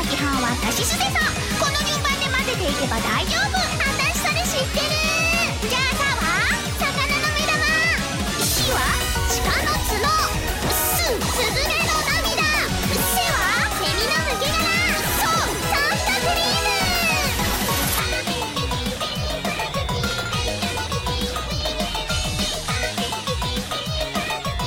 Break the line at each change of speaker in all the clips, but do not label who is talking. さしすせそこの順番で混ぜていけば大丈夫私それ知ってるじゃあさは魚の目玉火は鹿の角すスズメの涙せはセミの抜け殻そうサンタクリー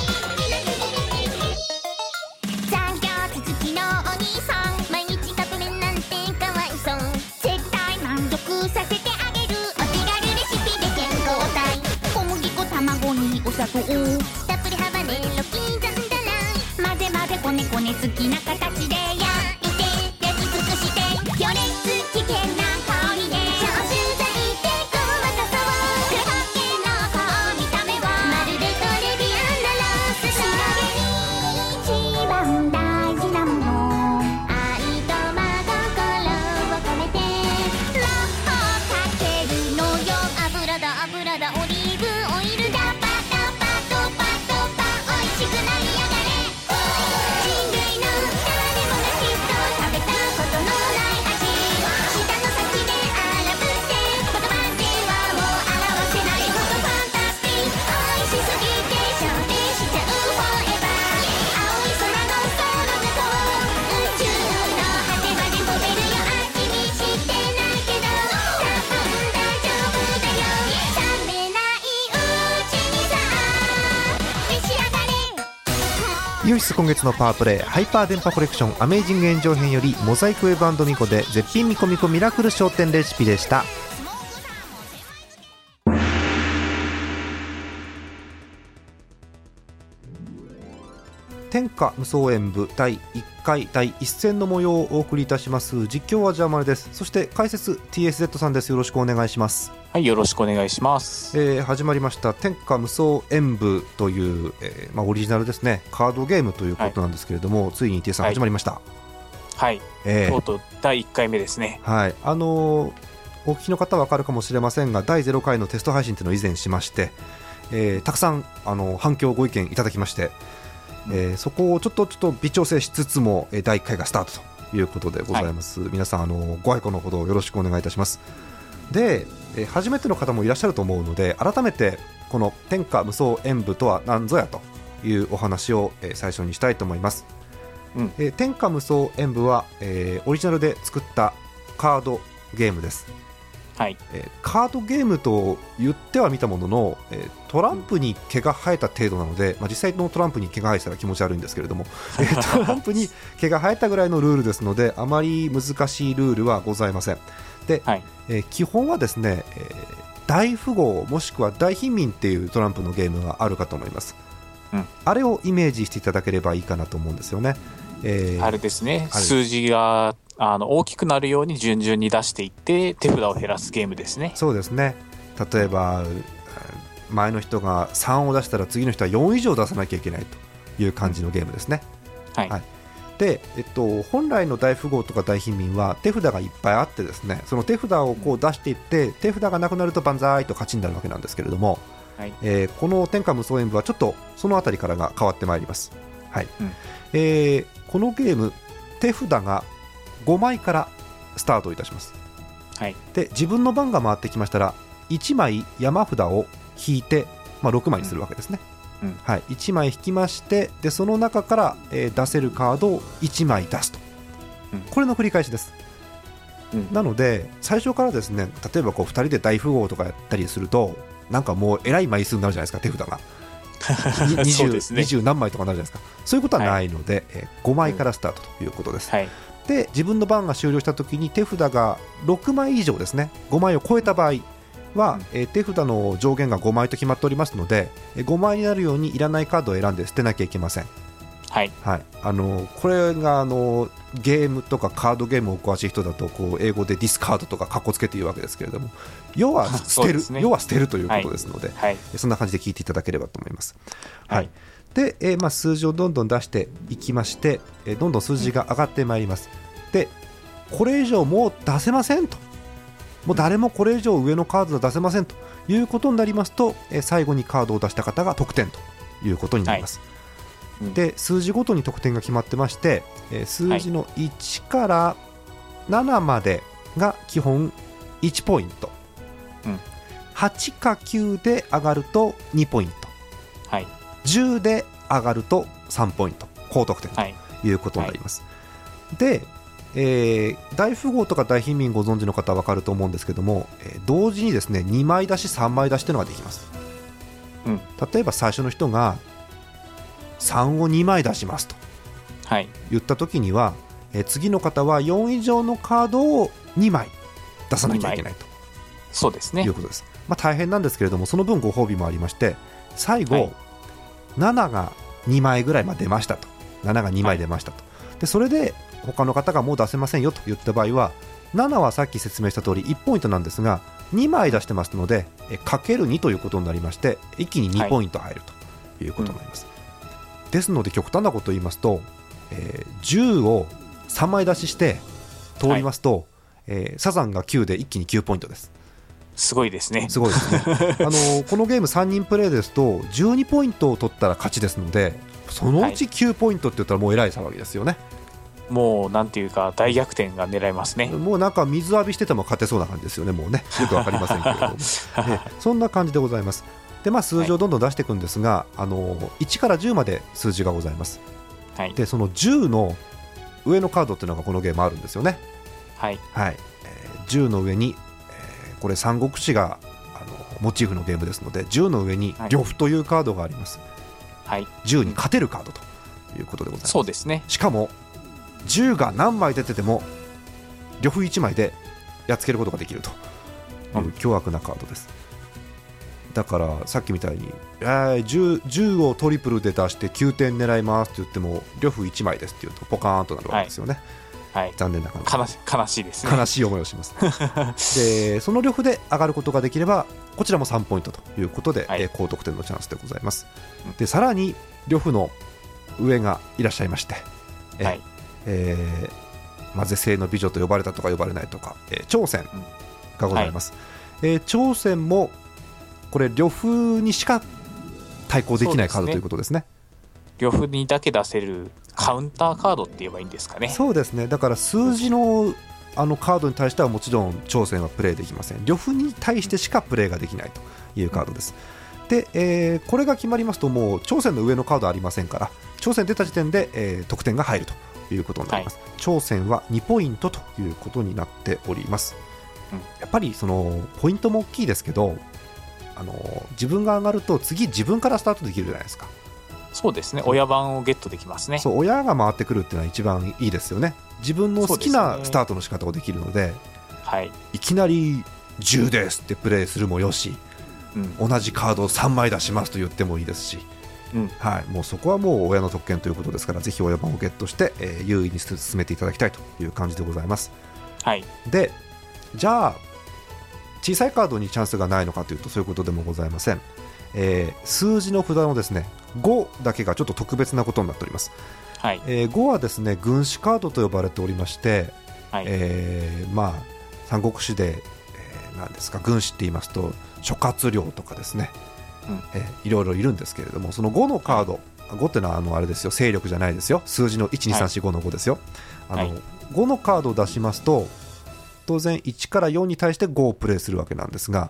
ム残業続きのお兄さん毎日革命なんてかわいそう絶対満足させてあげるお手軽レシピで健康体小麦粉卵にお砂糖たっぷりハバネロ刻んだら混ぜ混ぜこねこね好きな形で焼いて焼き尽くして余熱危険な香りで消臭剤でごまかそう黒はけの顔見た目はまるでトレビアンラロース仕上げに一番大事なもの愛と真心を込めて魔法かけるのよ油だ油だオリーブオイルだバタバタバタバ美味しくなりやがれ人類の誰もがきっと食べたことのない味舌の先で荒ぶって言葉ではもう表せないほどファンタスティック美味しすぎて消費しちゃうフォーエバー青い空の空向こう宇宙の果てまで飛べるよあきみしてないけど多分大丈夫だよ冷めないうちにさ召し上がれ
イオシス今月のパワープレイハイパー電波コレクションアメイジング炎上編よりモザイクウェブミコで絶品ミコミコミラクル商店レシピでした天下無双演舞第1回第1戦の模様をお送りいたします実況はジャーマネですそして解説 TSZ さんですよろしくお願いします
はい、よろしくお願いします。
えー始まりました「天下無双演舞」という、えーまあ、オリジナルですねカードゲームということなんですけれども、ついに T さん
はい
始まりました、
はい、
え
と
ー
うとう第1回目ですね。
はいあのーお聞きの方は分かるかもしれませんが第0回のテスト配信というのを以前しまして、えーたくさん、あのー反響ご意見いただきまして、
う
え
ん
ーそこをちょっとちょっと微調整しつつも、えー第1回がスタートということでございます、皆さん、あのーご愛顧のほどよろしくお願いいたしますで、えー初めての方もいらっしゃると思うので改めてこの「天下無双演舞とは何ぞや」というお話を、えー最初にしたいと思います、
うん
えー天下無双演舞は、えーオリジナルで作ったカードゲームです、
はい、
えーカードゲームと言ってはみたものの、えートランプに毛が生えた程度なので、まあ、実際のトランプに毛が生えてたら気持ち悪いんですけれど も、えートランプに毛が生えたぐらいのルールですのであまり難しいルールはございませんで、
はい
えー基本はですね、えー大富豪もしくは大貧民っていうトランプのゲームがあるかと思います、
うん
あれをイメージしていただければいいかなと思うんですよね、えー
あれですね、
あれ
数字があの大きくなるように順々に出していって、手札を減らすゲームですね。
そうですね例えばうん前の人が3を出したら次の人は4以上出さなきゃいけないという感じのゲームですね
はい、
はいで、えっと、本来の大富豪とか大貧民は手札がいっぱいあってですねその手札をこう出していって手札がなくなると万歳と勝ちになるわけなんですけれども、
はい
えーこの天下無双演舞はちょっとその辺りからが変わってまいります、はい
うん
えーこのゲーム手札が5枚からスタートいたします
はい
で自分の番が回ってきましたら1枚山札を引いて、まあ、6枚にするわけですね、
うんうん
はい、1枚引きましてでその中から、えー出せるカードを1枚出すと、
うん
これの繰り返しです、
うん
なので最初からですね例えばこう2人で大富豪とかやったりするとなんかもうえらい枚数になるじゃないですか手札 が
そう
20,
ですね
20何枚とかになるじゃないですかそういうことはないので、え5枚からスタートということです、
はい、
で自分の番が終了した時に手札が6枚以上ですね5枚を超えた場合は、
うん
えー手札の上限が5枚と決まっておりますので5枚になるようにいらないカードを選んで捨てなきゃいけません、
はい、
はい、あのこれがあのゲームとかカードゲームをお詳しい人だとこう英語でディスカードとかかっこつけて言うわけですけれども要は捨
そう
て
で
る、
すね
要は捨てるということですので、
はい、
そんな感じで聞いていただければと思います。はい
はい
で、えーまあ、数字をどんどん出していきまして、えーどんどん数字が上がってまいります。で、これ以上もう出せませんと、もう誰もこれ以上上のカードは出せませんということになりますと、えー最後にカードを出した方が得点ということになります。
はいうん
で、数字ごとに得点が決まってまして、えー数字の1から7までが基本1ポイント、
うん
8か9で上がると2ポイント
はい
10で上がると3ポイント高得点
はい
ということになります、で、えー大富豪とか大貧民ご存知の方は分かると思うんですけども、えー同時にですね2枚出し3枚出しっていうのができます、
うん
例えば最初の人が3を2枚出しますと
はい
言った時には、えー次の方は4以上のカードを2枚出さなきゃいけないと
そうです
い
ね
うことです、まあ、大変なんですけれどもその分ご褒美もありまして最後、
はい
7が2枚ぐらいまで出ましたと7が2枚出ましたと、でそれで他の方がもう出せませんよと言った場合は7はさっき説明した通り1ポイントなんですが2枚出してますのでえかける2ということになりまして一気に
は
2
い
ポイント入るということになります、ですので極端なことを言いますと、えー10を3枚出しして通りますと、えーサザンが9で一気に9ポイントです
すごいですね
すごいです ねあのこのゲーム3人プレイですと12ポイントを取ったら勝ちですのでそのうち9ポイントって言ったらもう偉い騒ぎですよね、
もうなんていうか大逆転が狙えますね
もうなんか水浴びしてても勝てそうな感じですよねもう ねよくわかりませんけれども、ねそんな感じでございますでまあ数字をどんどん出していくんですが、あの1から10まで数字がございます
はい
でその10の上のカードっていうのがこのゲームあるんですよね
はい
はい、えー10の上に、えーこれ三国志があのモチーフのゲームですので10の上に
はい
呂布というカードがあります、
はい
10に勝てるカードということでございます
そうですね
しかも10が何枚出てても呂布1枚でやっつけることができるといううん凶悪なカードです、だからさっきみたいに、えー 10, 10をトリプルで出して9点狙いますって言っても呂布1枚ですって言うとポカーンとなるわけですよね、
はい
残念な感じ
悲し悲しいですね
悲しい思いをしますでその両方で上がることができればこちらも3ポイントということで、
はい
えー高得点のチャンスでございます
うん
でさらに呂布の上がいらっしゃいまして、えー
はい
えーまあ、是正の美女と呼ばれたとか呼ばれないとか、えー、朝鮮がございます、えー朝鮮もこれ呂布にしか対抗できないカードということですね
呂布にだけ出せるカウンターカードって言えばいいんですかね
そうですねだから数字のあのカードに対してはもちろん挑戦はプレイできません呂布に対してしかプレイができないというカードですで、えーこれが決まりますともう挑戦の上のカードありませんから挑戦出た時点で、えー得点が入るということになります、挑戦は2ポイントということになっております、
うん
やっぱりそのポイントも大きいですけどあのー自分が上がると次自分からスタートできるじゃないですか
そうですね親番をゲットできますね
そう親が回ってくるっていうのは一番いいですよね自分の好き
そうです
な
ね
スタートの仕方をできるので
はい、
いきなり10ですってプレイするもよし
うん
同じカードを3枚出しますと言ってもいいですし、
うん
はい、もうそこはもう親の特権ということですからぜひ親番をゲットして、えー優位に進めていただきたいという感じでございます
はい
でじゃあ小さいカードにチャンスがないのかというとそういうことでもございません、えー数字の札のですね5だけがちょっと特別なことになっております
はい
えー5はですね軍師カードと呼ばれておりまして、
はい、
えーまあ、三国志で、えーなんですか軍師って言いますと諸葛亮とかですね、
うん
えーいろいろいるんですけれどもその5のカード5ってのはあのあれですよ勢力じゃないですよ数字の12345の5ですよ、
は
あ
い
の5のカードを出しますと当然1から4に対して5をプレイするわけなんですが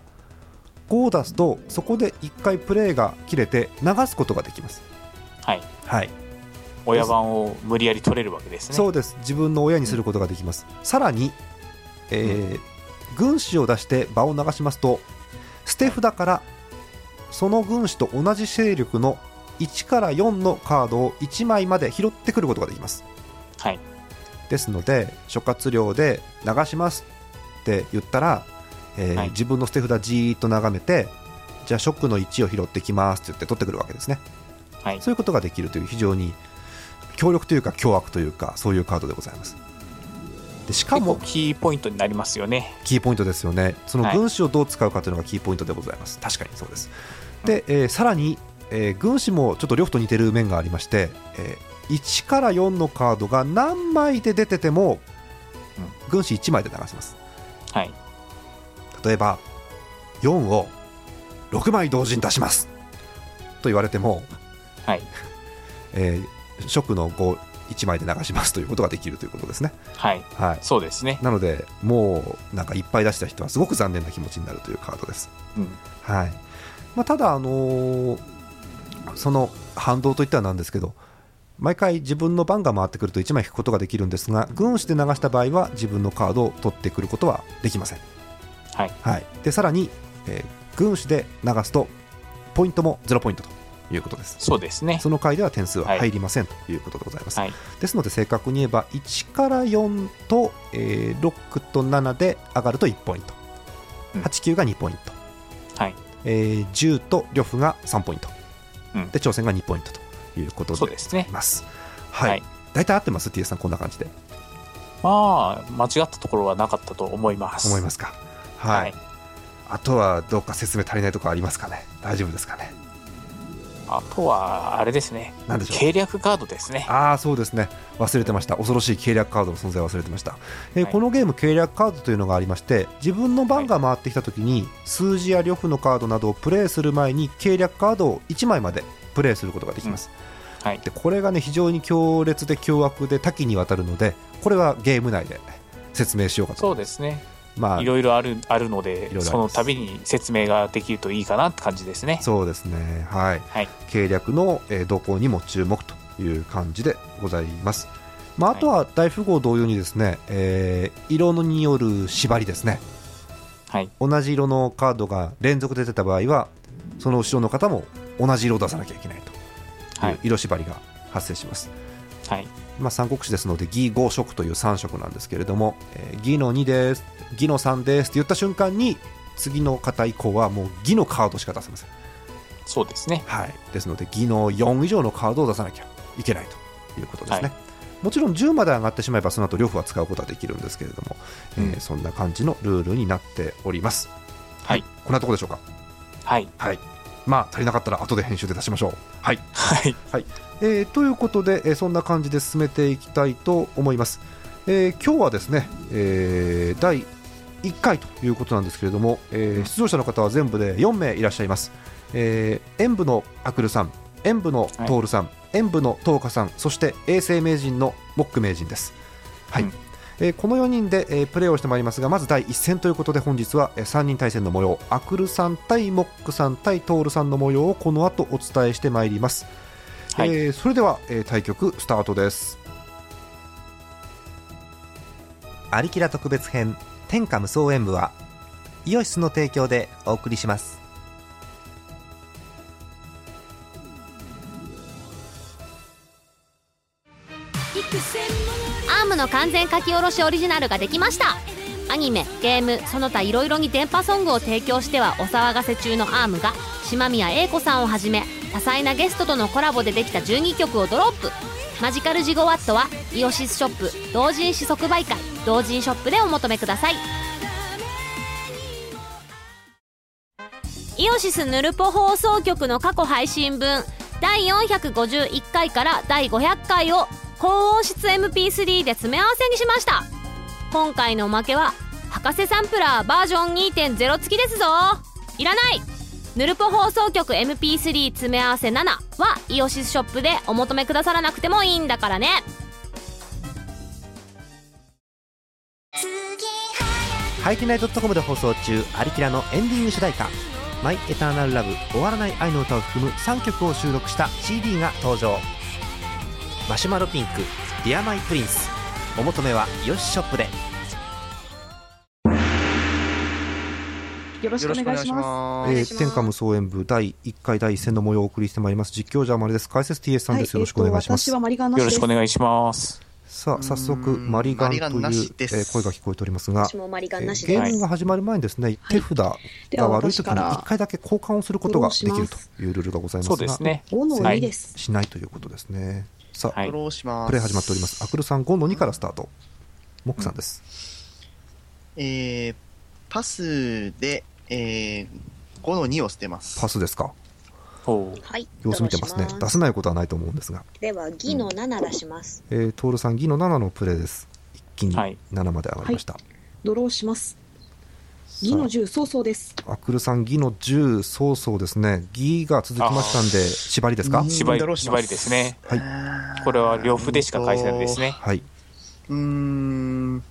5を出すとそこで1回プレイが切れて流すことができます。
はい
はい
親番を無理やり取れるわけですね
そうです自分の親にすることができます、さらに、えー軍師を出して場を流しますと捨て札からその軍師と同じ勢力の1から4のカードを1枚まで拾ってくることができます
はい
ですので諸葛亮で流しますって言ったら、えー
はい
自分の捨て札じーっと眺めてじゃあショックの1を拾ってきますって言って取ってくるわけですね
はい
そういうことができるという非常に強力というか凶悪というかそういうカードでございます。でしか
結構
も
キーポイントになりますよね
キーポイントですよね。その
はい
軍師をどう使うかというのがキーポイントでございます。確かにそうです。で、えーさらに、えー軍師もちょっと両夫と似てる面がありまして、えー1から4のカードが何枚で出てても軍師1枚で流します。
はい
例えば4を6枚同時に出しますと言われても
はい
えー、ショックの5 1枚で流しますということができるということですね。
はい。
はい、
そうですね。
なので、もうなんかいっぱい出した人はすごく残念な気持ちになるというカードです。
うん。
はいまあ、ただ、あのーその反動といってはなんですけど、毎回自分の番が回ってくると1枚引くことができるんですが、軍師で流した場合は自分のカードを取ってくることはできません。
はい。
はい、でさらに、えー軍師で流すと、ポイントも0ポイントということです。
そうですね。
その回では点数は入りませんということでございます。
はい。
ですので正確に言えば1から4と、えー6と7で上がると1ポイント
うん
89が2ポイント、
はい。
えー10と呂布が3ポイント、
うん
で挑戦が2ポイントということ
そう
で
ですね
い。ますはい、
はい
大体合ってます TS さんこんな感じで
まあ、間違ったところはなかったと思います。
思い
す。
ますかはい、
はい。
あとはどうか説明足りないところありますかね大丈夫ですかね
あとは、あれですね
なんでしょう。
計略カードですね。
ああそうですね忘れてました恐ろしい計略カードの存在を忘れてました、えー
はい
このゲーム計略カードというのがありまして自分の番が回ってきた時に、数字や呂布のカードなどをプレイする前に計略カードを1枚までプレイすることができます、
はい。
でこれがね非常に強烈で凶悪で多岐にわたるのでこれはゲーム内で説明しようかと
そうですね。
まあ
いろいろあるあるので
いろいろあります
その度に説明ができるといいかなって感じですね。
そうですねはい、
はい
計略の、えー動向にも注目という感じでございます、まあ、あ
はい
とは大富豪同様にですね、えー色のによる縛りですね
はい。
同じ色のカードが連続で出た場合はその後ろの方も同じ色を出さなきゃいけないと
は
いう
い。
色縛りが発生します、
はい。
まあ、三国志ですので義5色という3色なんですけれども、えー義の2です義の3ですって言った瞬間に次の方以降はもう義のカードしか出せません
そうですね。
はい、ですので、技能4以上のカードを出さなきゃいけないということですね。
は
もちろん10まで上がってしまえば、その後両方は使うことはできるんですけれども、
うん
えーそんな感じのルールになっております。
はい。
こんなところでしょうか。
はい。
はいまあ、足りなかったら後で編集で出しましょう。はい
はい。
えーということで、えーそんな感じで進めていきたいと思います。えー今日はですね、えー第1回ということなんですけれども、えー
うん
出場者の方は全部で4名いらっしゃいます。えー演武のアクルさん、演武のトールさん、演武のトーカさん、そして永世名人のモック名人です。はい
うん
えーこの4人で、えープレーをしてまいりますが、まず第1戦ということで、本日は、え3人対戦の模様、アクルさん対モックさん対トールさんの模様をこの後お伝えしてまいります。
はい。
えーそれでは、えー対局スタートです「アリキラ特別編天下無双演舞は」イオシスの提供でお送りします
アームの完全書き下ろしオリジナルができましたアニメゲームその他いろいろに電波ソングを提供してはお騒がせ中のアームが島宮英子さんをはじめ多彩なゲストとのコラボでできた12曲をドロップマジカルジゴワットはイオシスショップ同人誌即売会同人ショップでお求めくださいイオシスヌルポ放送局の過去配信分第451回から第500回を高音質 MP3 で詰め合わせにしました今回のおまけは博士サンプラーバージョン2.0付きですぞいらないヌルポ放送局 MP3 詰め合わせ7はイオシスショップでお求めくださらなくてもいいんだからね
ハイティナイドットコムで放送中「アリキラ」のエンディング主題歌「マイ・エターナル・ラブ終わらない愛の歌」を含む3曲を収録した CD が登場マシュマロピンク「ディア・マイ・プリンス」お求めはよしショップで
よろしくお願いします。
え
ま
ー天下無双演舞第1回第1戦の模様をお送りしてまいります実況者はまりです解説 TS さんです、
は
よろしくお願いしま
え
す
ーと私はマリガンナ
よ
シ
ろ
で
し
す
くお。願いします。
さあ早速
うーん
マリガンという
マリガンなし
え
です
ー声が聞こえておりますが
もマリ
え
ガ
ーゲームが始まる前にですね、手札が
では
悪い時
私
に
から
1回だけ交換をすることができるというルールがございますが
そうですね。
5の
は
2
い
です。
しないということですねさあ、
はい
ドローします。
プレイ始まっております。アクルさん5の2からスタート。モックさんです。
えー、パスで、えー、5の2を捨てます。
パスですか。
おう
はい。
様子見てますね
どうし。
出せないことはないと思うんですが。
では、ギの7出します。
えー、トールさん、ギの7のプレイです。一気に
はい
7まで上がりました。
ドローします。義の10そうそうです。
あくるさん、義の10、そうそうですね、義が続きましたんで、縛りですか、
うん
縛
ドロー
り
しま
縛
す
りですね。
はい
これは両歩でしか返せないですね。
はい、
うーん。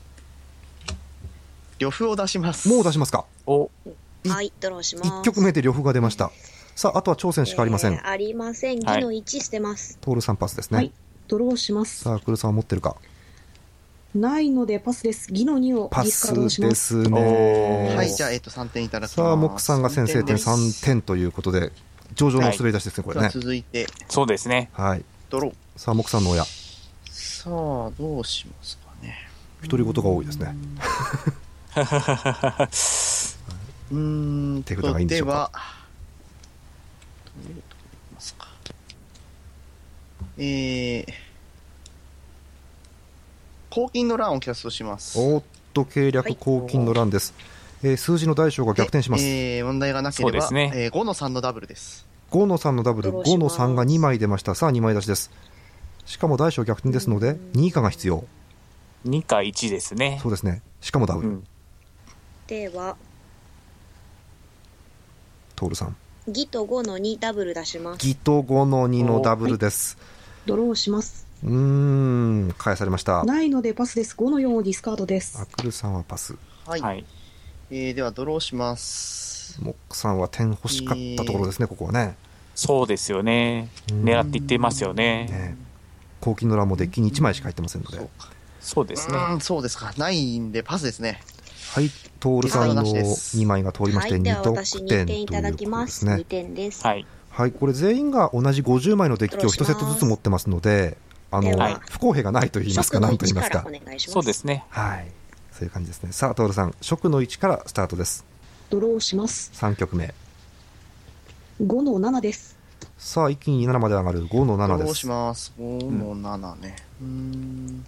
呂布を出します。
もう出しますか、
お
はい、ドローします。
1曲目で両歩が出ました、さあ、あとは挑戦しかありません、
えーありません。
はい
技の1捨てます。
トールさんパスですね、
はい。ドローします。
さあ、あくるさんは持ってるか、
ないのでパスです。義の2を
パ
リスカ
ス
ードしま。
ですす
お
ね、
ー
はい、じゃあ、えっと、3点いただきます。
さあ、モックさんが先制点3点ということで、上々の滑り出しですね、これ
さあ
ね。
続いて、
そうですね。
はい、
ドロー。
さあ、モックさんの親、
さあ、どうしますかね。
独り言が多いですね、
うーんと、
手札がいいんでしょうか
は、どういうとこいきますか。えー、黄金の乱をキャストします。
おーっと、計略公金の乱です、えー数字の大小が逆転します。
でえー問題がなければ、
そうですね
えー5の3のダブルです。
5の3のダブル、
ドローし
5
ま
の
す
3が2枚出ました。さあ、2枚出しです。しかも大小逆転ですので、2以下が必要。
2か1ですね
そ。うですね。しかもダブ
う
ル、
ん。
では、
トールさん。
技と5の2ダブル出します。
ギと5の2のダブルです。
ドローします。
うーん、返されました。
ないのでパスです。5の4をディスカードです
ア。クルさんはパス。
はい。
はい。
えーでは、ドローします。
モックさんは点欲しかったところですね、ここはね。
そうですよね。
うん
狙っていってますよね。
ね黄金の乱もデッキに1枚しか入ってませんので。
そう
そうですね。
うーんそうですか。ないんで、パスですね。
はい、トールさんの2枚が通りま
は
して、
い、で
2
は
得
私2
点と
点
いうこ
い
と
ただ
で
きます。
す
2
ね。
点です。
はい。
はい、これ全員が同じ50枚のデッキを1セットずつ持ってますので、あの、
で
は
不公平がないと言いますか、なんと言います
から
か
お。願いします。
そうですね。
はい。そういう感じですね。さあ、トールさん、食の位置からスタートです。
ドローします。
3曲目。
5の7です。
さあ、一気に7まで上がる5の
ド
7
ロ
で
ー
す
し。ます。5の7ね。うーん。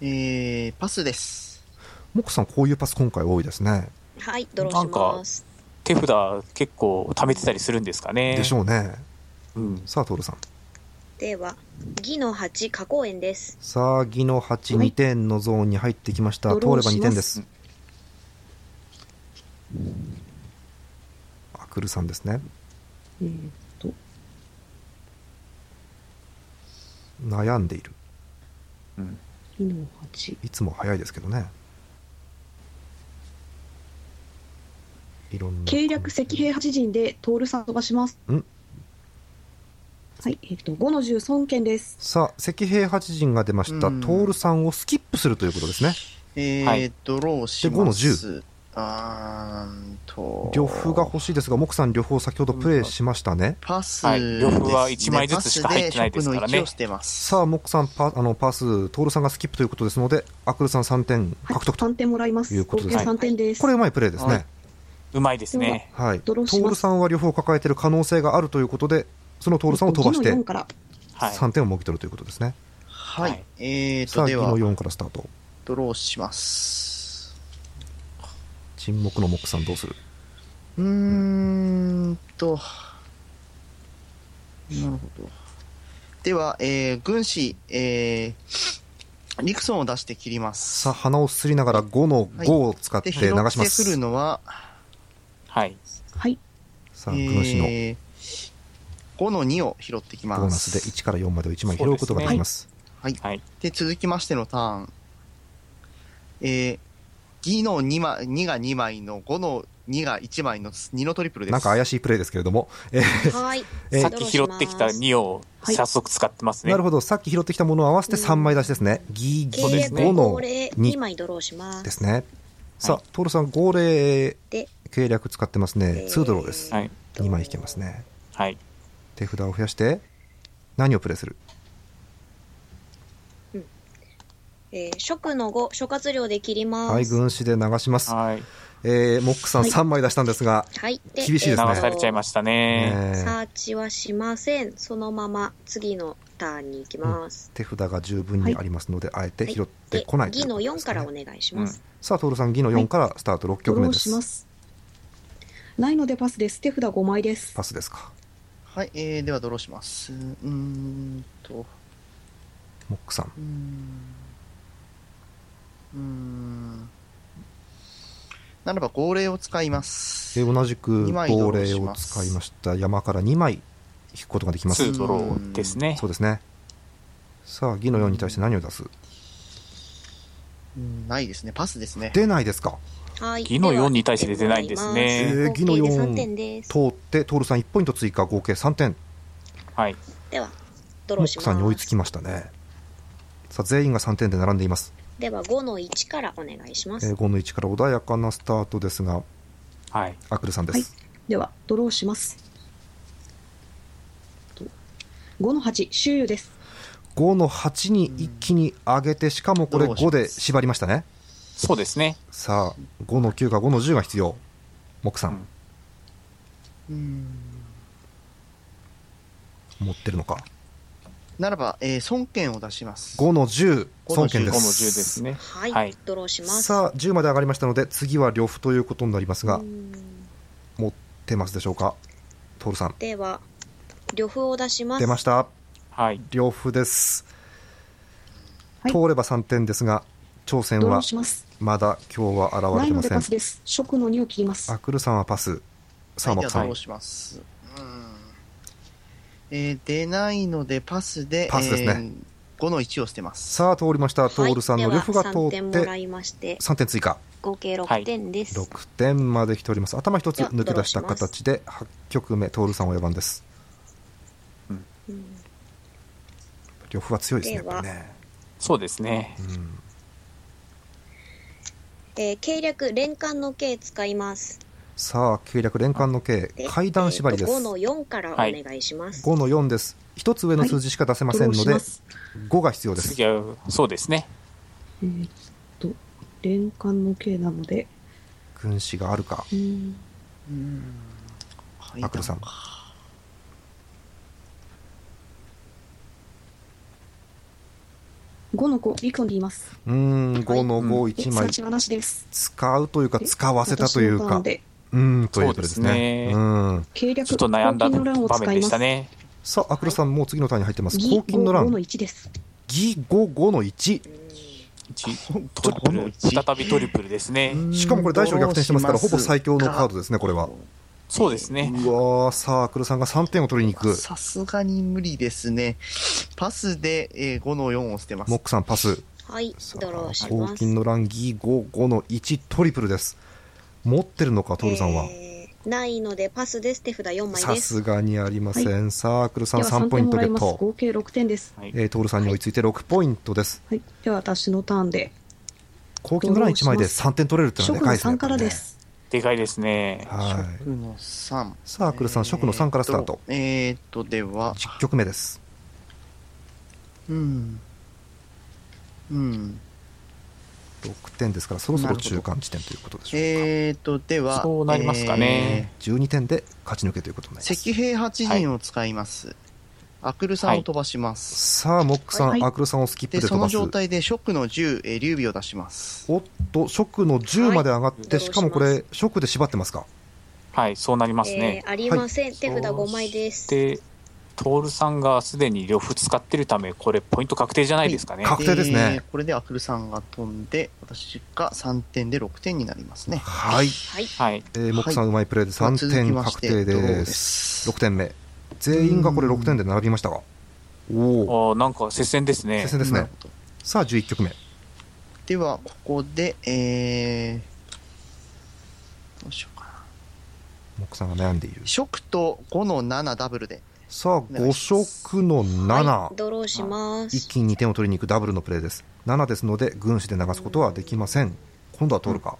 えー、パスです。
モコさん、こういうパス今回多いですね。
はい、ドローします。
手札結構貯めてたりするんですかね。
でしょうね。
うん。
さあ、トールさん。
では、技の8加工園です。
さあ、ギの8、
はい
2点のゾーンに入ってきました。
ド
通
ロ
れ
ー
ば
します
2点です。アクルさんですね。
えーっと、
悩んでいる。
2の8。
いつも早いですけどね。いろんな。
計略赤兵八陣でトールさん飛ばします。
うん
はい、えっ、と5の10孫権です。
さあ、赤兵八陣が出ました。ト
うん
ールさんをスキップするということですね。
えー、
はい
ドローし
で5の
ます。の10。あーんと。
両方が欲しいですが、モクさん両方先ほどプレイしましたね。
パス
は
で
い
すね、
両方は一枚ずつしか入ってないですからね
パスでショップの1を捨てます。
さあ、モクさんパあのパス、トールさんがスキップということですので、アクルさん3点獲得と。
三点もらいます。
いうことです
ね
合計三点です。
これ、うまいプレーです
は
ね
い。
うまいですね。
はい。ト
ドローします
ールさんは両方抱えている可能性があるということで、そのトールさんを飛ばして
義の4から
はい。
3点をもぎ取るということですね。
はい。
はい
えー
さ
と、
あ、
で
ギ
は
の、4からスタート。
ドローします。
沈黙のモックさんどうする
うーんと。なるほど。では、えー、軍師、えー、ニクソンを出して切ります。
さあ、鼻をすすりながら5の5を使って
で、
流
拾
しま
ってく
す。
るのは、
はい。
はい、
さあ、軍師の
えー5の2を拾ってきます。
ボーナスで1から4までを1枚拾うことができます。
はい。
で、続きましてのターン。えー、ギの 2, 枚2が2枚の5の2が1枚の2のトリプルです。
なんか怪
し
しいプレーですけれども、え
はい、
え
さっき拾ってきた2を
はい
早速使ってます
ー
ね。
なるほど、さっき拾ってきたものを合わせて3枚出しですね。ギーギ
そうで
計
す
略
ね
5の
これ
2
2枚ドローしま。
ですすね。さあ、トールさん、号令
で、
計略使ってますね。2ドローです。
はい。
2枚引けますね。
はい。
手札を増やして、何をプレイする
えー、食の5、諸葛亮で切ります。
はい、軍師で流します。
はい。
えー、モックさん
はい
3枚出したんですが、
はい、で
厳しいで
流
すね
されちゃいましたね。
えー
サーチはしません。そのまま次のターンに行きます。
手札が十分にありますので、あえて
はい
拾ってこない
で、義の4からお
ね。
願いします。
さあ、徹さん、義の4からスタート6
ド
曲
ロ
目
ー
で
し
す。
ます。ないのでパスです。手札五枚です。
パスですか。
はい、えー、ではドローします。うーんと、
モックさん。
うーん。うーん。ならば号令を使います
で同じく
二枚
号
移
令
動し
を
ます
使いました山から2枚引くことができます
2ドローですね
そ。うですねさあ義の4に対して何を出す
うんないですねパスですね
出ないですか
はい。
ギの4に対して出てないんですね
で
え
は
ーギの四
合計で3点です。
通って徹さん1ポイント追加合計3点
はい。
では、ドロ
モ
ー
ッ
し
ク
ます。
さんに追いつきましたねさあ全員が3点で並んでいます、
では、5の1からお願いしま
え
す。
5の1から穏やかなスタートですが
はい。
アクルさんです、
はいではドローしますと5の8周遊です
5の8に一気に上げてしかもこれ
ドローしま
5
す
で縛りましたね
そうですね。
さあ5の9か5の10が必要モックさん、
うん
持ってるのか
ならば、えー、孫権を出します
5の10
5の
孫
10
権
5
で
も
す
10ですね。
はい、
はい
ドローします。
さあ10まで上がりましたので次は両歩ということになりますが
うん
持ってますでしょうか徹さん
では、呂布を出します。
出ました
はい。
両歩です、
はい
通れば3点ですが挑戦
ドロ
は
ーします
まだ今日は現
な
れ
い
て
の
ま
で
せ
パス
ん
です食の2を切ります
アクルさんはパスさあ
はい
モック
では
さ
ド
ん
ローします、うんえー出ないのでパスで
パスですね
えー5の1を捨てます
さあ通りました
はい
徹さんの
で
両
は
歩が通
3
っ
点もら
て
いまして、
3点追加
合計6点です。
6点まで来ております頭一つ
では
抜け出した
ドローします
形で8局目徹さん親番です
うん
両歩は強いですねやっ
では
ぱりね、
そうですね。
うん、
えー、計略、連冠の計使います。
さあ計略連冠の計
で
階段縛りです、
えーと5の4からお願いします。
5の4です1つ上の数字しか出せま
ド
せ
ロ
ん
ー
の
し
で、
ます
5が必要です
次は、そうですね。
えーっと連冠の計なので
軍師があるか
うん
はい
アクルさん
5の5ビクトンで言います
うーん5の
う
51枚
サーチはなしです
使うというか
え
使わせたという
私のター
か
ンで
うーんということですね
そうですね
うん
計略
ちょっと悩んだ
黄金の乱を
場
使
面
い
で
ま
し
す
たね。
さあアクロさんもう次のターンに入ってます
銀
黄金の
5
乱
の1です
ギ5 5の1
一
と
トリプ
この
ル、
一
再びトリプルですね。
しかもこれ大小逆転してますから
ど
ほ
うし
ぼ
ますか
最強のカードですねこれは
そうですね。
うわーさあアクロさんが3点を取りに行く
さすがに無理ですねパスで、えー、5の4を捨てます
モックさんパス
はい、
さ
ドロー
あ
しま
黄
す。
金の乱ギ5 5の1トリプルです持ってるのかトールさんは
えーないのでパスです。手札4枚
さ
です。
すがにありませんさあアクロさん
では
3
3
ポイ
点
ン
も
ト
ら
ゲ
い
ッ
ます
ト
合計6点です
えートールさんに追いついて6ポイントです
はいでは私のターンで
黄金の欄1枚で3点取れるってのは
食
で
の
かいですね。
3からです
でかいですね。
はい。
食の3
さあ、アクルさん、食の3からスタート。
えーっとえーっとでは
10曲目です。
うんうん
6点ですから、そろそろ中間地点ということでしょう。
えーっとでは
そうなりますかね
12点で勝ち抜けということにな
え
りま
ー
す。
赤兵八陣を使います、アクルさんを飛ばします、
さあ、モックさん、
はい
アクルさんをスキップで
でそ
飛
の
ばす。
状態でショックの10、えー、劉備を出します
おっと、食の10まで上がって、
はい
しかもこれ、食で縛ってますか。
はい、そうなります
え
ね。
ーありません。手札5枚です。
で、トールさんがすでに両方使ってるため、これポイント確定じゃないですかね。
はい確定ですね
これでアクルさんが飛んで私が3点で6点になりますね
はい。
はい。
はい。
えー、モックさん、うまいプレーで3点確定
ドロー
で。
ですす
6点目。全員がこれ6点で並びましたが。おお。
おーなんか接戦ですね
接。戦です
なる
ね
ほ。ど
さあ、11曲目。
ではここでえー、どうしようかな
モックさんが悩んでいる。
ショックと5の7ダブルで
さあ、5色の7。
はいドローしま
一
す。
気に2点を取りに行くダブルのプレーです7ですので軍師で流すことはできません今度は通るか、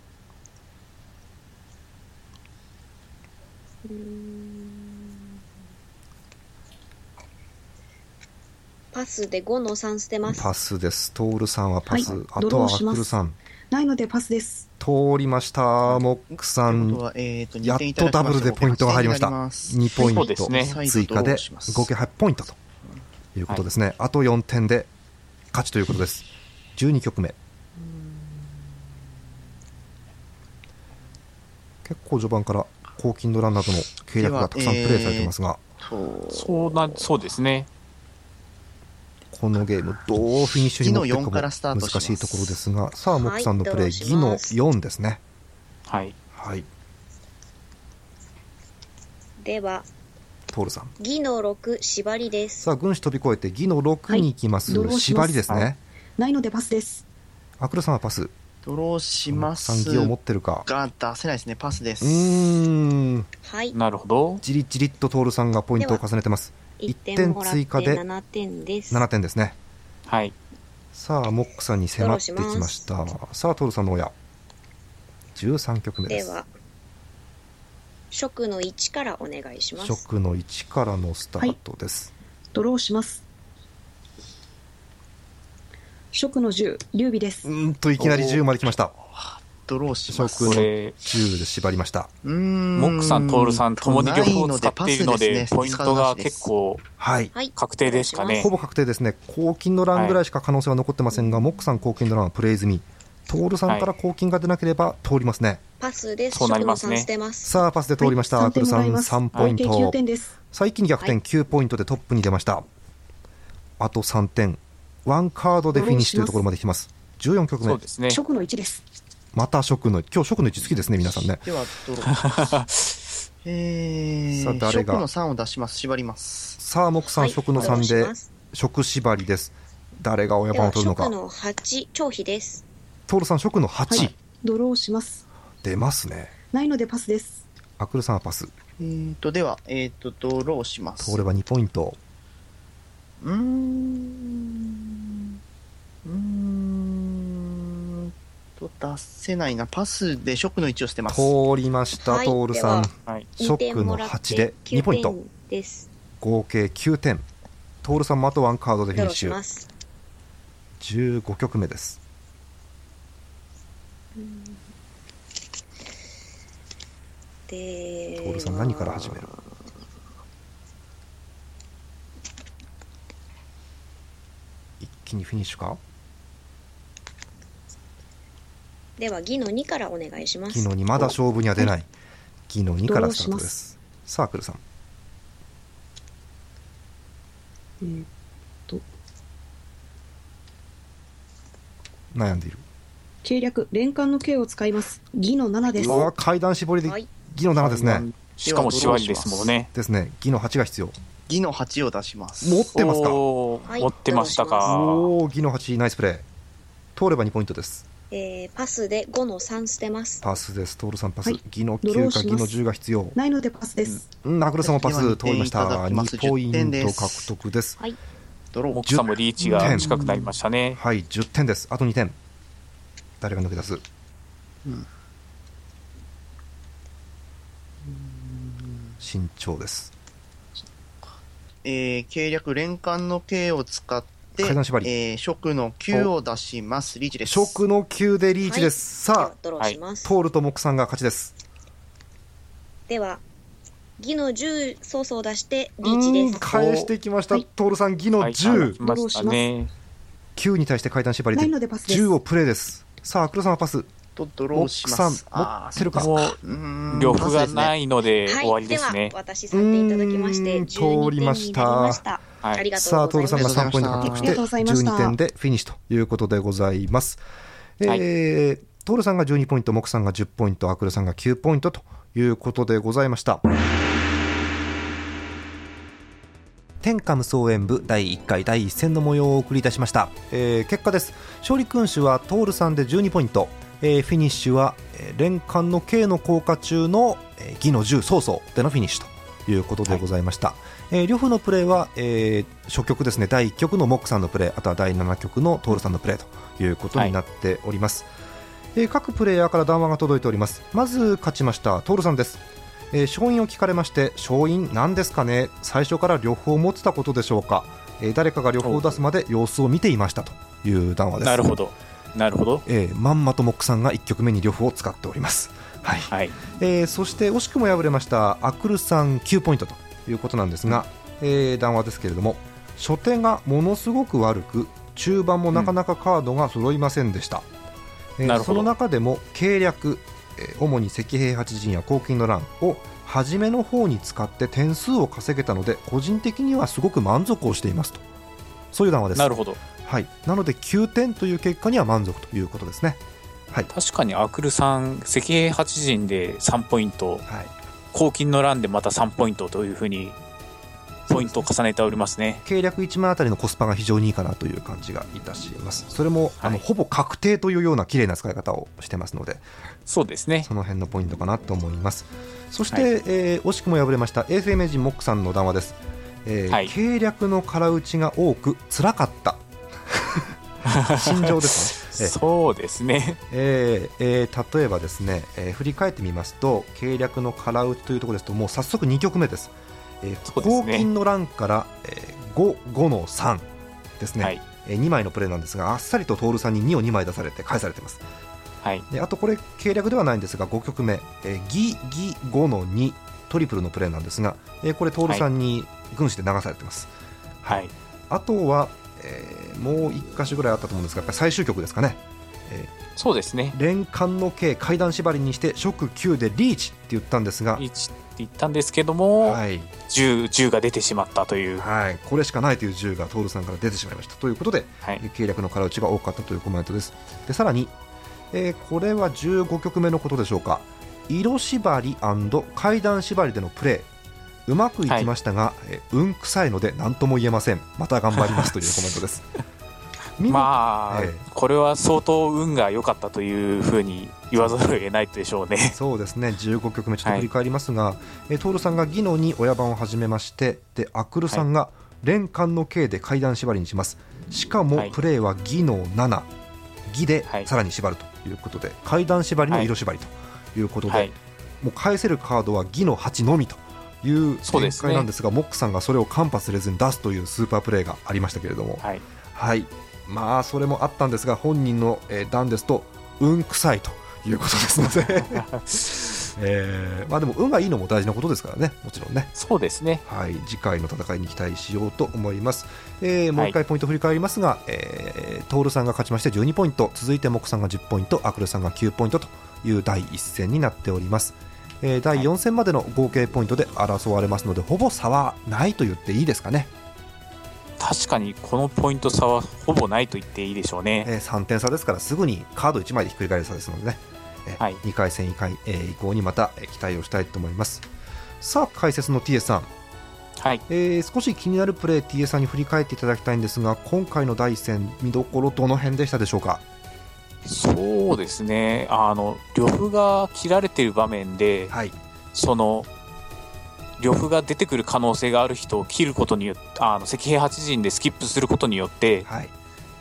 パスで5の3捨てます。
パスです徹さんはパス、
はい
あ
ド
と
ロ
は
ー
ア
します
クルさん
ないのでパスです
通りましたモックさ
ということ
ん
はえーと
や
2
っ
点いた
と
だきま
ダ
した
ブルでポイントが入りました
ここで8点になります
2ポイン
そうですね
ト追加で合計8ポイントということですね、あと4点で勝ちということです12局目結構序盤から黄金ドランなどの契約がたくさんプレーされてますが、
そう
そうな、そうですね。
このゲームどうフィニッシュに持っていく
ギノ4
か
か
も
らスタートし
難
ます
しいところですがさあモックさんのプレー、
はい
ギの4ですね
はい。
はい
では、
トールさん
ギの6、縛りです。
さあ軍師飛び越えて義の6に行きます、
はいどうしま
縛
す
りですね
ないのでパスです。
アクロさんはパス
ドローします
産業を持ってるか
が出せないですね。パスで
う
す。
ーん
はい。
なるほど。
じりじりっとトールさんがポイントを重ねてます
1
点
点もらって
追加で
7点です。
7点ですね
はい。
さあモックさんに迫ってきましたさあトールさんの親13曲目で
ですは、食の1からお願いします。
食の1からのスタートです、
ドローします。食の10、劉備です。
うーんといきなり10まで来ました
ドローします。
食
こ
の
れ、
10で縛りました
うーん
モックさん、トールさんともに両方使っているので、ポイントが結。構
はい
はい。
確定ですかね
ほ。ぼ確定ですね黄金の欄ぐらいしか可能性は残ってませんが、モックさん黄金の欄はプレイ済みトールさんから黄金が出なければ通りますね、
パスです。
そうなり
食
ま
の
すね
3捨てます。
さあパスで通りました、
はい
アクルさん
3点もらいます
3ポイン
定
ト、
9点です。
さあ一気に逆転
は
9ポイントでトップに出ました、あと3点ワンカードでフィニッシュというところまで来てます14局
そ
目
うですね。
食の1です。
また食の今日食の位置好きですね皆さんね
では、ドロー。 え
さあ
ー、
誰
食
が
の3を出します。縛ります。
さあ木さん、
はい
食の3
お願い
で
します
食縛りです誰が親
で
番を
は、
取るのか
食の8、長飛です。
徹さん食の8、
はいドローします。
出ますね
ないのでパスです。
アクルさんはパス
えーと、では、えーと、ドローします。
通れば2ポイント
うーん。うーんと、出せないな。パスで食の1を捨てます。
通りました、
はい
トールさん
で
はい。
ショ
2
ッ
点
ク
も
の
らって
8で2ポイント
9点です。
合計9点トールさんもあとワンカードでフィ
ド
ニッ
ローし
シ
ま
ュ
す。
15局目です
で、
トールさん何から始める一気にフィニッシュか
では、ギの2からお願いしま
技
す
能。にまだ勝負には出ない技能2からスタートですサークルさん
えー
悩んでいる
計略、連冠の計を使います。義の7です
う。わ階段絞りで
はい
技能7ですね、
しかも縛りですもんね。
ですね技能8が必要
ギの8を出します。
持ってますか
おー
はい
持ってましたか。
おお技能8ナイスプレー通れば2ポイントです
えー、パスで5の3捨てます。
パスですトールさんパス、
はい
技能
ドロ
9
ー
か
し
技
ま
能
す
10が必要
ないのでパスです。
うん、アクルさんもパス通りました。
では二点いただきます
2ポイ
10
ン
点で
ト獲
す
得です。
ドロ
モッ
ー。
クさんもリーチが近くなりましたね。
はい、10点です。あと2点。誰が抜け出す慎重です。
えー、計略連冠の計を使って、
階段縛り
えー、食の9を出します。リーチです。
食の9でリーチです。
では
さあ、
ドローします。
トールと木さんが勝ちです。
では、ギの10ソースを出して、リ
う
ーチで
ん、
す。
返していきました。
はい
トールさん、技能
はい。
10。
来ましたね。
9に対して階段縛り
な
で
いのでパスです
10をプレイです。さあ、アクルさんはパス。
とドロ
モ
ー
ッ
し
クさ
ま
ん
す。、
持
あ
ってるか。
もう
ーうーん
両方が
パスです
な
ね
いので
はい、
終わりですね
で。は、私させていただきまし
うーん
て、
通
12
り
点に
ま
な
し
り
た
ました。
はい
ありがと
さあ、
う
トー
ご
ル
ざ
さん
いま
が
す。
3ポイント獲得し
あ
て、
りがとうございました
12点でフィニッシュということでございます。
はい
えートールさんが12ポイント、モクさんが10ポイント、アクルさんが9ポイントということでございました。天下無双演舞第1回第1戦の模様をお送りいたしました、えー結果です勝利君主はトールさんで12ポイント、えーフィニッシュは、えー連冠の K の効果中の、えー、義の10曹操でのフィニッシュということでございました、えー両方のプレーは、えー初曲ですね第1曲のモックさんのプレーあとは第7曲のトールさんのプレーということになっております、えー各プレイヤーから談話が届いておりますまず勝ちましたトールさんですえー勝因を聞かれまして勝因なんですかね最初から両方持ってたことでしょうか、えー誰かが両方を出すまで様子を見ていましたという談話です
なるほ、ど。なるほど。
えーまんまとモックさんが1曲目に両方を使っておりますはい、
はい。
えーそして惜しくも敗れましたアクルさん9ポイントということなんですが、えー談話ですけれども初手がものすごく悪く中盤もなかなかカードが揃いませんでした、えー
なる
そ
ほど
の中でも計略、えー主に赤兵八陣や黄金の乱を初めの方に使って点数を稼げたので個人的にはすごく満足をしていますとそういう談話です
なるほど。
はい、なので9点という結果には満足ということですね。はい
確かにアクルさん石兵八陣で3ポイン
は
ト
い、
黄金の乱でまた3ポイントというふうにポイントを重ねておりますね
計略1枚あたりのコスパが非常にいいかなという感じがいたしますそれも、あの
はい
ほぼ確定というような綺麗な使い方をしてますので
そうですね
その辺のポイントかなと思いますそして、
は
えー惜しくも敗れました衛星名人モックさんの談話です、えー
はい
計略の空打ちが多く辛かった 心情ですね、えー
そうですね
えーえー例えばですね、えー振り返ってみますと計略の空打ちというところですともう早速2曲目です、え
そう
ー、
です
合
ね
金の欄から、え5、5の3ですね、
はい
え2枚のプレーなんですがあっさりと徹さんに2を2枚出されて返されてます
はい
であとこれ計略ではないんですが5曲目「えーギギ5の2」トリプルのプレーなんですが、えーこれ徹さんに軍師で流されてます、
はい
あとは、えーもう1箇所ぐらいあったと思うんですがやっぱり最終曲ですかね
そうですね
連冠の計階段縛りにして食9でリーチって言ったんですが
1って言ったんですけども、
はい、
10, 10が出てしまったという
はい、これしかないという銃が徹さんから出てしまいましたということで
はい
計略の空打ちが多かったというコメントですでさらに、えーこれは15曲目のことでしょうか色縛り階段縛りでのプレーうまくいきましたが、えー運臭いので何とも言えませんまた頑張りますというコメントです 見事
まあ、
ええ
これは相当運が良かったというふうに言わざるを得ないでしょうね。
そうですね15曲目ちょっ
は
と
い
振り返りますが、えー、徹さんが技能に親番を始めましてでアクルさんが連冠の刑で階段縛りにしますしか
は
も
い
プレーは技能7技で
はい
さらに縛るということで、階段縛りの色縛りということで、
はい、
もう返せるカードは技能8のみという
そう
展
ですね
開なんですがモックさんがそれを間髪入れずに出すというスーパープレーがありましたけれども、
はい、
はい、まあそれもあったんですが本人の、えー、段ですと運臭いということですので、えーまあでも運がいいのも大事なことですからねもちろんね。
そうですね。
はい、次回の戦いに期待しようと思います、えーもう一回ポイント振り返りますが、えートールさんが勝ちまして12ポイント続いてモクさんが10ポイントアクルさんが9ポイントという第一戦になっております、えー第4戦までの合計ポイントで争われますのでほぼ差はないと言っていいですかね、
確かにこのポイント差はほぼないと言っていいでしょうね。
えー3点差ですからすぐにカード1枚でひっくり返る差ですのでね、え
はい
2回戦以下、えー以降にまたえー期待をしたいと思いますさあ解説の TS さん、
はい、
えー少し気になるプレー TS さんに振り返っていただきたいんですが今回の第一戦見どころどの辺でしたでしょうか
そうですね。あの呂布が切られてる場面で、
はい
その呂布が出てくる可能性がある人を切ることによって、あの石兵八陣でスキップすることによって
はい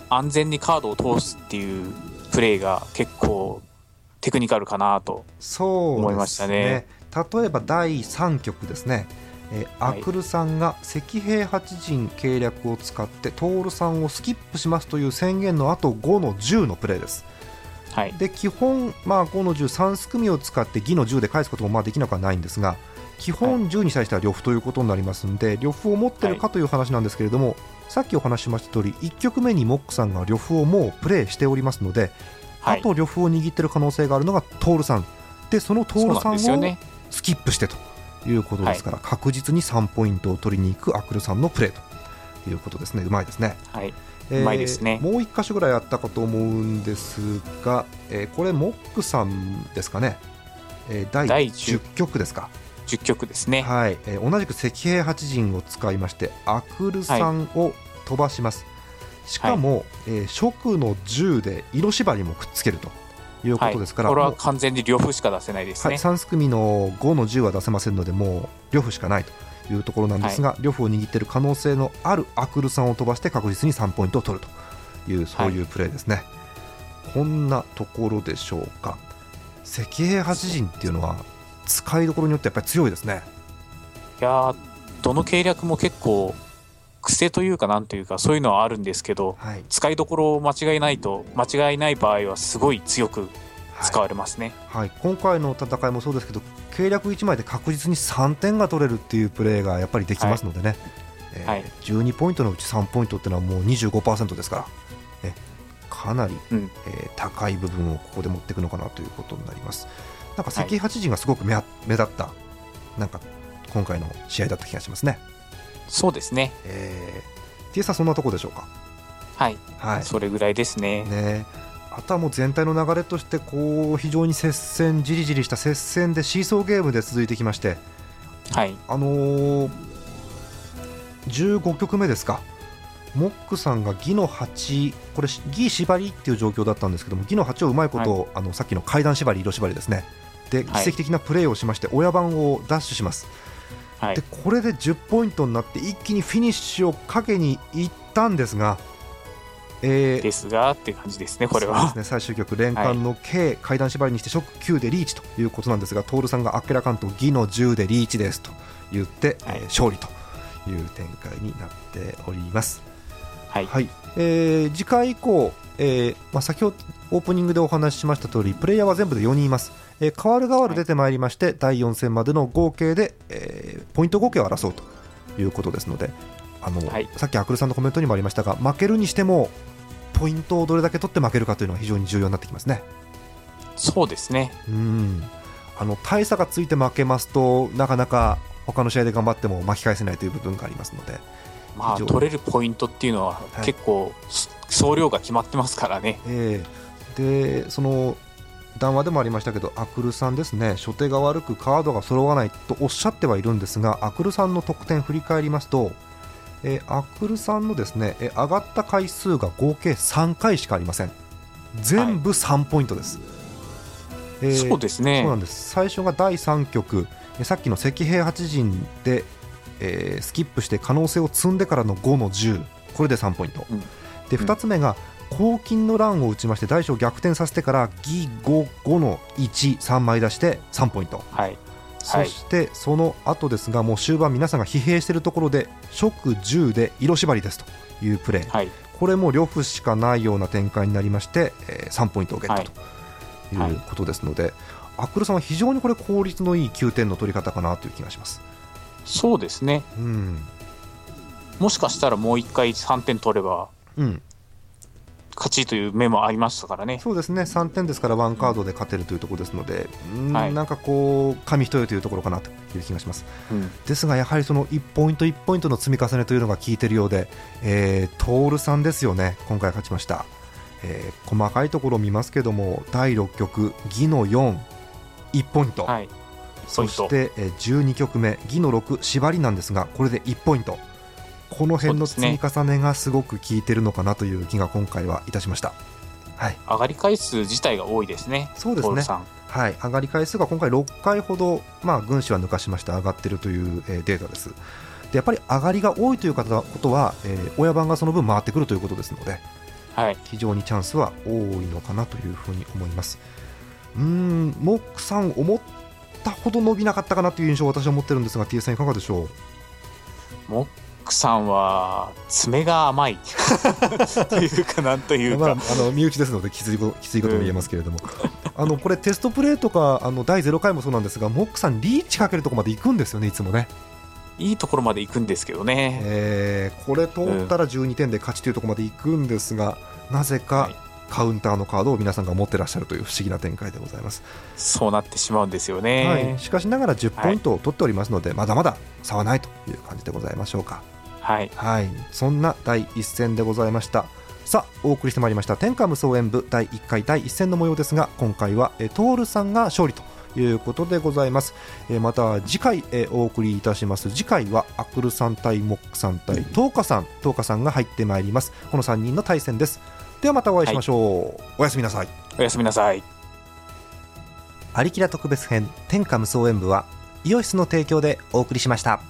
安全にカードを通すっていうプレーが結構テクニカルかなと。
そうですね
思いましたね
例えば第3局ですね、えー
はい
アクルさんが石兵八陣計略を使ってトールさんをスキップしますという宣言のあと5の10のプレーです
はい、
で基本、まあ、5の103すくみを使って義の10で返すこともまあできなくはないんですが基本10に対しては呂布ということになりますので呂布を持ってるかという話なんですけれども、さっきお話ししました通り1局目にモックさんが呂布をもうプレイしておりますので、
はい
あ、と呂布を握ってる可能性があるのが徹さんでその徹
そう
さ
なん
ん
ですよ
を
ね。
スキップしてということですから、確実に3ポイントを取りに行くアクルさんのプレーということですねうまいですね。
はい、うまいですね
えーもう一箇所ぐらいあったかと思うんですが、えーこれモックさんですかね、えー第
第
10
10
局ですか、
10曲ですね。
はいえー同じく石兵八陣を使いましてアクルさんを飛ばします、しかも、えー食の銃で色縛りもくっつけるというこ
はい、
とですから、
これは
もう
完全に両夫しか出せないです
は
ね。
い、3すくみの5の10は出せませんのでもう両夫しかないというところなんですが、両夫を握っている可能性のあるアクルさんを飛ばして確実に3ポイントを取るというそういうプレーですね、こんなところでしょうか石兵八陣っていうのは使いどころによってやっぱり強いですね
いやーどの計略も結構癖というかなんというかそういうのはあるんですけど
はい、
使いどころを間違いないと間違いない場合はすごい強く使
は
われますね、
いはい、今回の戦いもそうですけど計略1枚で確実に3点が取れるっていうプレーがやっぱりできますのでね、えー
はい
12ポイントのうち3ポイントっていうのはもう25%ですからえかなり
うん
えー高い部分をここで持っていくのかなということになります。なんか
はい
関八陣がすごく目,、目立ったなんか今回の試合だった気がしますね。
そうですね
えー、TS さんそんなとこでしょうか。
はい、
はい。
それぐらいですね
ねあとはもう全体の流れとしてこう非常に接戦じりじりした接戦でシーソーゲームで続いてきまして
はい
あのー15曲目ですかモックさんがギの8これギ縛りっていう状況だったんですけどもギの8をうまいこと、あのさっきの階段縛り色縛りですねで奇
はい
跡的なプレーをしまして親番をダッシュします
はい
でこれで10ポイントになって一気にフィニッシュをかけにいったんですが、えー
ですがっていう感じですねこれ
そうで
は
すね最終局連冠の K、階段縛りにしてショック9でリーチということなんですが徹さんがあっけらかんとギの10でリーチですと言って、
はい
えー勝利という展開になっております。
はい
はいえー次回以降、えーまあ、先ほどオープニングでお話ししました通りプレイヤーは全部で4人います、えー、代わる代わる出てまいりまして、第4戦までの合計で、えーポイント合計を争うということですのであの、
はい
さっきアクルさんのコメントにもありましたが負けるにしてもポイントをどれだけ取って負けるかというのは非常に重要になってきますね。
そうですね
うんあの大差がついて負けますとなかなか他の試合で頑張っても巻き返せないという部分がありますので
まあ
以上
取れるポイントっていうのは
はい
結構、総量が決まってますからね
ええでその談話でもありましたけどアクルさんですね初手が悪くカードが揃わないとおっしゃってはいるんですがアクルさんの得点振り返りますと、えーアクルさんのですね、えー上がった回数が合計3回しかありません全部3ポイントです、えー
そうですね
そうなんです最初が第3局えさっきの赤兵八陣で、えースキップして可能性を積んでからの5の10これで3ポイント、
うん
で
うん
2つ目が黄金の乱を打ちまして大将を逆転させてからギ55の13枚出して3ポイント
はいは
そ
い
してその後ですがもう終盤皆さんが疲弊しているところで食10で色縛りですというプレー、
はい
これも呂布しかないような展開になりまして、えー3ポイントをゲットと
はい
いうことですので、アクルさんは非常にこれ効率のいい9点の取り方かなという気がします。
そうですね
うん、
もしかしたらもう一回3点取れば
うん、
勝ちという目もありましたからね
そうですね3点ですからワンカードで勝てるというところですので、うん
はい
なんかこう紙一重というところかなという気がします
うん
ですがやはりその1ポイント1ポイントの積み重ねというのが効いてるようで、えー、徹さんですよね今回勝ちました、えー細かいところを見ますけども第6局ギの41ポイント、
はいポイ
そ
ント
して、えー12局目、ギの6、縛りなんですが、これで1ポイント、この辺の
そう
積
で
み重ねがすごく効いてるのかなという気が今回はいたしました。はい、
上がり回数自体が多いですね
そうですね
トールさん
はい、上がり回数が今回6回ほど、まあ、軍師は抜かしまして上がってるという、えーデータです。でやっぱり上がりが多いという方ことは、えー親番がその分回ってくるということですので、
はい
非常にチャンスは多いのかなというふうに思います。うーん、モックさん、思ったほど伸びなかったかなという印象を私は持ってるんですが、T.S. さん、いかがでしょう
モックさんは爪が甘い というかなんという
まあ、
か
あの身内ですのできついこときついことも言えますけれども、あのこれテストプレーとかあの第0回もそうなんですがモックさんリーチかけるとこまで行くんですよねいつもね、
いいところまで行くんですけどね
えーこれ通ったら12点で勝ちというとこまで行くんですがなぜ
は
か
い
カウンターのカードを皆さんが持ってらっしゃるという不思議な展開でございます、
そうなってしまうんですよ
は
ね
い、しかしながら10ポイントを取っておりますので、まだまだ差はないという感じでございましょうか
はい
はい、そんな第一戦でございました。さあ、お送りしてまいりました天下無双演武第1回第1戦の模様ですが、今回はえートールさんが勝利ということでございます。えーまた次回えーお送りいたします。次回はアクルさん対モックさん対トーカさん、トーカさんが入ってまいります。この3人の対戦です。ではまたお会いしましょう。おやすみなさい。
おやすみなさい
アリキラ特別編天下無双演舞はイオシスの提供でお送りしました。